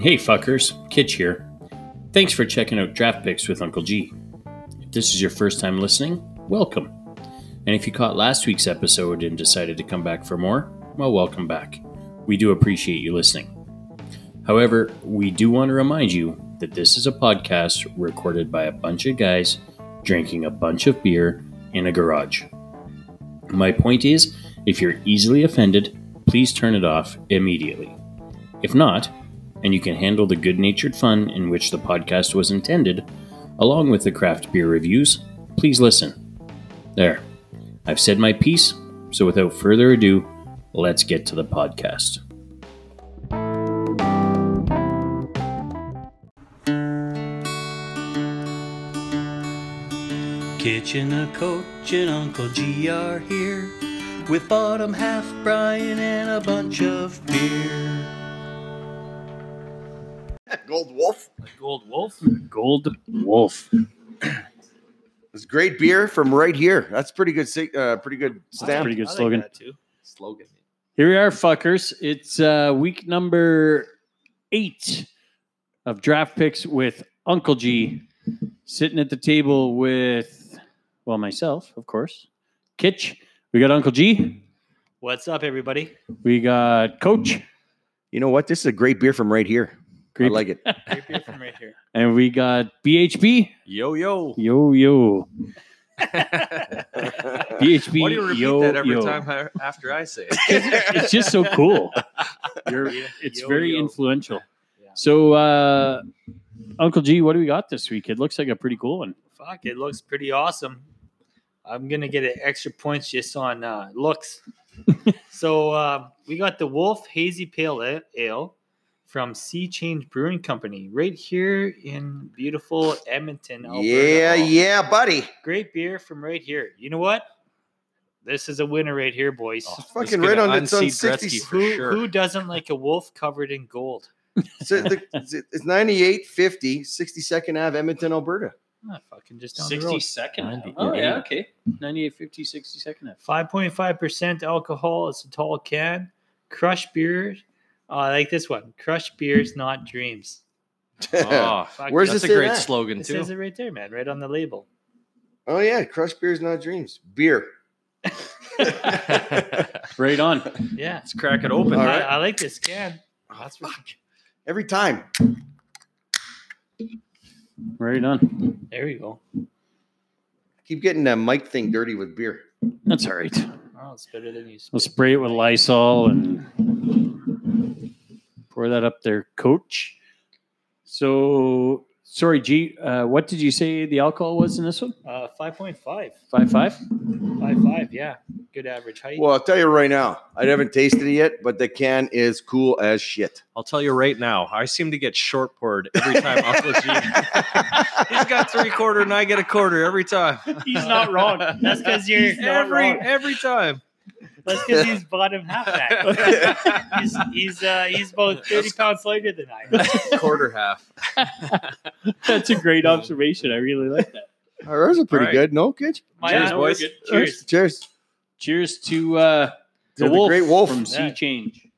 Hey fuckers, Kitch here. Thanks for checking out Draft Picks with Uncle G. If this is your first time listening, welcome. And if you caught last week's episode and decided to come back for more, well, welcome back. We do appreciate you listening. However, we do want to remind you that this is a podcast recorded by a bunch of guys drinking a bunch of beer in a garage. My point is if you're easily offended, please turn it off immediately. If not, and you can handle the good natured fun in which the podcast was intended, along with the craft beer reviews, please listen. There, I've said my piece, so without further ado, let's get to the podcast. Kitchener Coach and Uncle G are here with bottom half Brian and a bunch of beer. Gold Wolf. Gold Wolf? Gold Wolf. It's great beer from right here. That's pretty good. sig- Uh, pretty good stamp. pretty good slogan. slogan. Here we are, fuckers. It's uh, week number eight of draft picks with Uncle G sitting at the table with, well, myself, of course, Kitch. We got Uncle G. What's up, everybody? We got Coach. you know what? This is a great beer from right here. I like it. Great beer from right here. And we got BHB. Yo yo. Yo, yo. BHB. Why do you repeat yo, that every yo. time I, after I say it's just so cool. You're, it's Yo, very yo. influential. Yeah. So, uh, Uncle G, what do we got this week? It looks like a pretty cool one. Fuck, it looks pretty awesome. I'm gonna get an extra points just on uh, looks. so uh, we got the Wolf Hazy Pale A- Ale from Sea Change Brewing Company right here in beautiful Edmonton. Alberta. Oh, yeah, yeah, buddy. Great beer from right here. You know what? This is a winner right here, boys. fucking right on its own 60 for who, sure. who doesn't like a wolf covered in gold? So the, it's 98, 50, 62nd Ave, Edmonton, Alberta. Ah, fucking just down the road. second. Oh, yeah, okay. 98, 50, 60 second. 5.5% alcohol. It's a tall can. Crush beer. Oh, I like this one. Crush beers, not dreams. oh. oh, Fuck, Where's that's it a say great that? slogan It too. says it right there, man, right on the label. Oh, yeah, crushed beers, not dreams. Beer. Right on. Yeah. Let's crack it open. All I, right. Oh, I like this can. That's for- Every time. Right on. there you go. Keep getting that mic thing dirty with beer. That's all right. Oh, it's better than you. We'll spray it with Lysol and pour that up there, coach. So, sorry, G, uh, what did you say the alcohol was in this one? Uh, 5.5. Five, five? 5.5, yeah. Good average height. Well, I'll tell you right now, I haven't tasted it yet, but the can is cool as shit. I'll tell you right now, I seem to get short poured every time Uncle G. He's got three quarter and I get a quarter every time. he's not wrong. That's because you're not every wrong. every time. That's because he's bottom halfback. he's he's, uh, he's about 30 pounds lighter than I am. quarter half. That's a great observation. I really like that. Ours are pretty right. good, no, kids? My Cheers, eyes- boys. Cheers. Cheers. Cheers to uh, To the great wolf. from Sea Yeah. Change.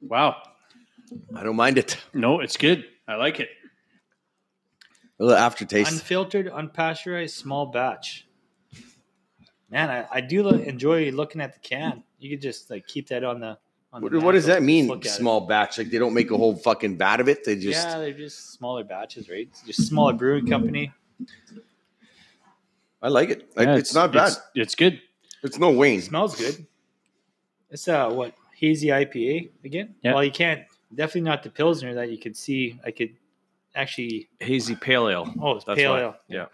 Wow. I don't mind it. No, it's good. I like it. A little aftertaste. unfiltered, unpasteurized, small batch. Man, I, I do lo- enjoy looking at the can. You could just like keep that on the. On the What, what does that mantle, just mean? look at it. Small batch? Like they don't make a whole fucking vat of it. They just yeah, they're just smaller batches, right? It's just smaller brewing company. I like it. Like, Yeah, it's, not bad. It's, it's good. It's no Wayne. It smells good. It's uh what hazy IPA again. Yeah. Well, you can't definitely not the pilsner that you could see. I could actually. Hazy pale ale. Oh, it's That's pale why. ale. Yeah.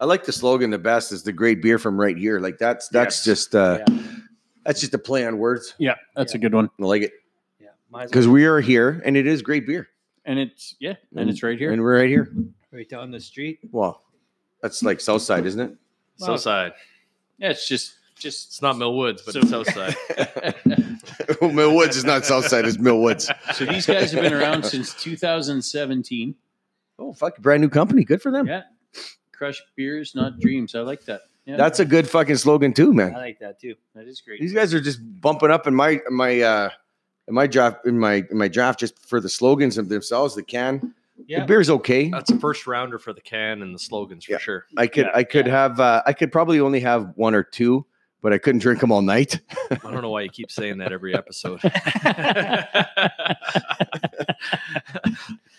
I like the slogan the best is the great beer from right here. Like that's that's Yes. just uh that's just a play on words. Yeah, that's a good one. I like it. Yeah, might as well Because we are here and it is great beer. And it's yeah, and, it's right here. And we're right here. right down the street. Well, that's like south side, isn't it? Wow. Southside. yeah, it's just just It's not Millwoods, but So- it's Southside. Mill Woods is not south side, it's Mill Woods. so these guys have been around since 2017. Oh fuck, brand new company. Good for them. Yeah. Crush beers, not dreams. I like that. Yeah. That's a good fucking slogan too, I man. like that too. That is great. These guys are just bumping up in my in my uh in my draft in my in my draft just for the slogans of themselves. The can Yeah. the beer's okay. That's a first rounder for the can and the slogans for Yeah. sure. I could yeah, I could have uh, I could probably only have one or two, but I couldn't drink them all night. I don't know why you keep saying that every episode.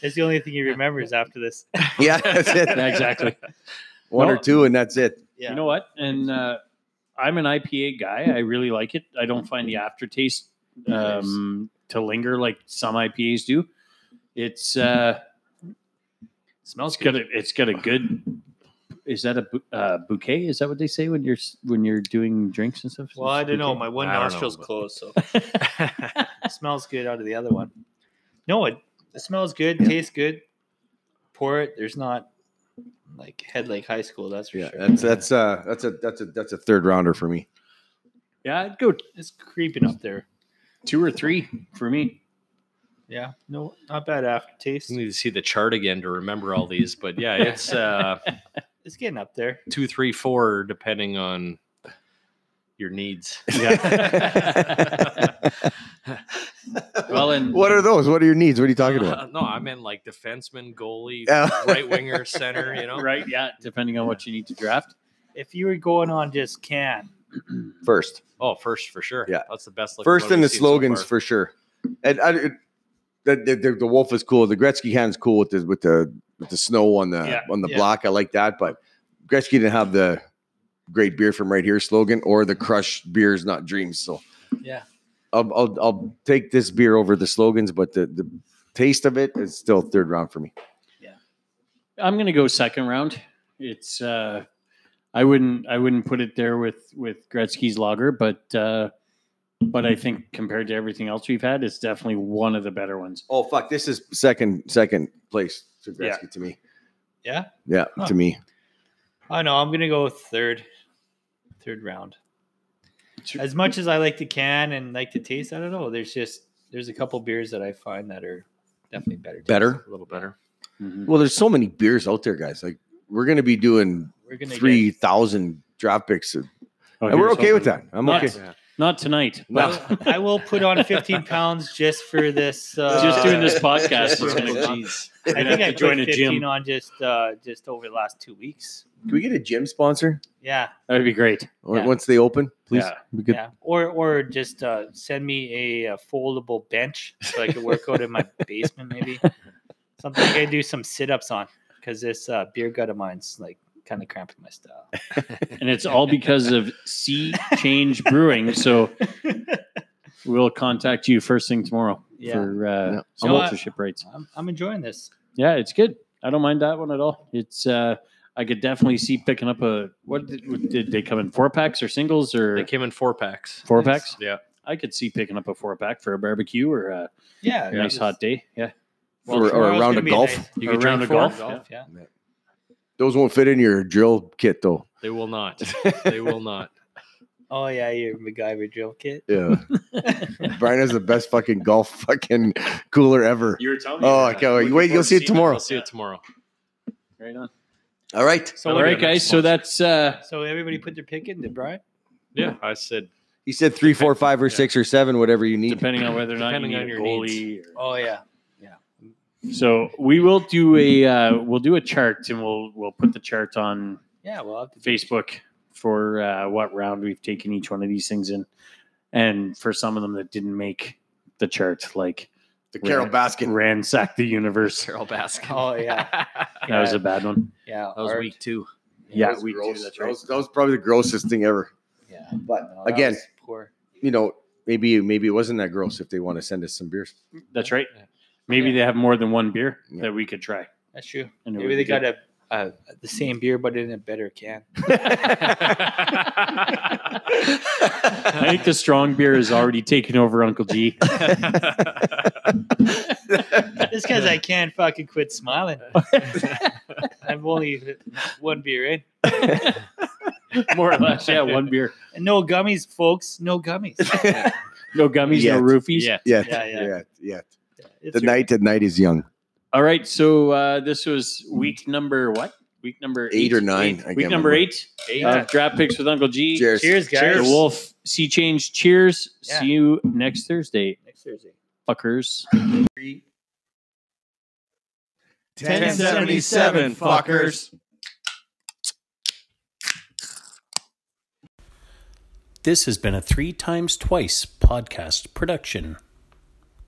That's the only thing he remembers after this. yeah, that's it. Yeah, exactly. One or No. two, and that's it. Yeah. You know what? And uh, I'm an IPA guy. I really like it. I don't find the aftertaste um, to linger like some IPAs do. It's uh, smells good. It's got a good. Is that a bu- uh, bouquet? Is that what they say when you're s- when you're doing drinks and stuff? Well, I don't know. My one I don't know, nostril's but- closed, so it smells good out of the other one. No, it, it smells good, tastes good. Pour it. There's not like head like high school. That's for Yeah, sure. that's that's uh that's a that's a that's a third rounder for me. yeah, I'd go it's creeping up there. two or three for me. Yeah. No, not bad aftertaste. You Mm. need to see the chart again to remember all these, but yeah, it's uh, It's getting up there. two, three, four, depending on your needs. Well, and What are those? What are your needs? What are you talking about? no, I meant like defenseman, goalie, Oh. right winger, center. You know, right? Yeah, depending on what you need to draft. If you were going on just can, First, oh, first for sure. Yeah. that's the best. looking first one in the we've seen so slogans far. for sure. And I, it- the, the, the the wolf is cool. The Gretzky hand's cool with the with the with the snow on the Yeah, on the yeah. block. I like that. But Gretzky didn't have the great beer from right here slogan or the crush beers not dreams. So Yeah. I'll I'll, I'll take this beer over the slogans, but the the taste of it is still third round for me. I'm gonna go second round. It's uh I wouldn't I wouldn't put it there with with Gretzky's lager, but uh but I think compared to everything else we've had, it's definitely one of the better ones. Oh fuck, this is second second place to Yeah. Gretzky to me. yeah. Yeah, Huh. to me. I know. I'm gonna go with third, third round. As much as I like to can and like to taste, I don't know. There's just there's a couple beers that I find that are definitely better. taste, Better? a little better. Mhm. Well, there's so many beers out there, guys. Like we're gonna be doing We're gonna three thousand draft picks, and we're Oh, here's okay with that. something. I'm Nuts. okay. Yeah. Not tonight. No. but Get, I will put on 15 pounds just for this. Uh, just doing this podcast is just gonna doing this. jeez. We're I gonna think have I to join joined a 15 gym. on just uh, just over the last two weeks. Can we get a gym sponsor Yeah, That'd be great. Or Yeah. once they open, please? Yeah. We could. yeah. Or or just uh, send me a, uh foldable bench so I could work out in my basement, maybe something I can do some sit ups on because this uh, beer gut of mine's like kind of cramping my style. And it's all because of Sea Change Brewing. So we'll contact you first thing tomorrow Yeah. for Yeah. uh You know what? sponsorship rates. I'm, I'm enjoying this. Yeah, it's good. I don't mind that one at all. It's uh I could definitely see picking up a what did, what- did they come in four packs or singles They or came in four packs. four packs? Yeah. I could see picking up a four pack for a barbecue or a Yeah, nice hot day. Yeah. Or- or a round of golf. You A can round drink of four. golf? yeah. Those won't fit in your drill kit though. They will not. They will not. Oh yeah, your MacGyver drill kit. Yeah. Brian has the best fucking golf fucking cooler ever. You were telling me Oh, about I can't that. wait. Looking Wait, you'll forward to see it seeing it. tomorrow. I'll see it tomorrow. Oh. Right on. All right. So all what- right, guys. So that's uh So everybody put their pick in, did Brian? Yeah, I said He said three, four, five, or Yeah. six, or seven, whatever you need. depending on whether or not Depending you on need a your goalie. or- Oh yeah. So we will do a uh, we'll do a chart and we'll we'll put the chart on Yeah, well, I'll have to Facebook for uh, what round we've taken each one of these things in, and for some of them that didn't make the chart, like The Carol Right. Baskin. ransack the universe. Carol Baskin. Oh yeah, That was a bad one. yeah. That was art. week two. Yeah, that was we do. gross. That's That right. was- that was probably the grossest thing ever. Yeah, But no, that again- was poor. You know, maybe maybe it wasn't that gross if they want to send us some beers. That's right. Maybe Yeah. they have more than one beer Yeah. that we could try. That's true. And it Maybe would they be got a, a the same beer, but in a better can. I think the strong beer is already taking over Uncle G. Just because I can't fucking quit smiling. I've only one beer in, More or less, yeah, one beer. and no gummies, folks. No gummies. yeah, No gummies, Yes. no roofies. yeah. yeah, Yeah, yeah. yeah, yeah. It's The night at night is young. All right, so uh, this was week number what? week number Eight or nine, eight. I can't Week number remember. eight. Eight. uh, of draft picks with Uncle G. Cheers. Cheers, guys. The Wolf. Sea change. Cheers. Yeah. See you next Thursday, Next Thursday. fuckers. 1077, fuckers. This has been a three times twice podcast production.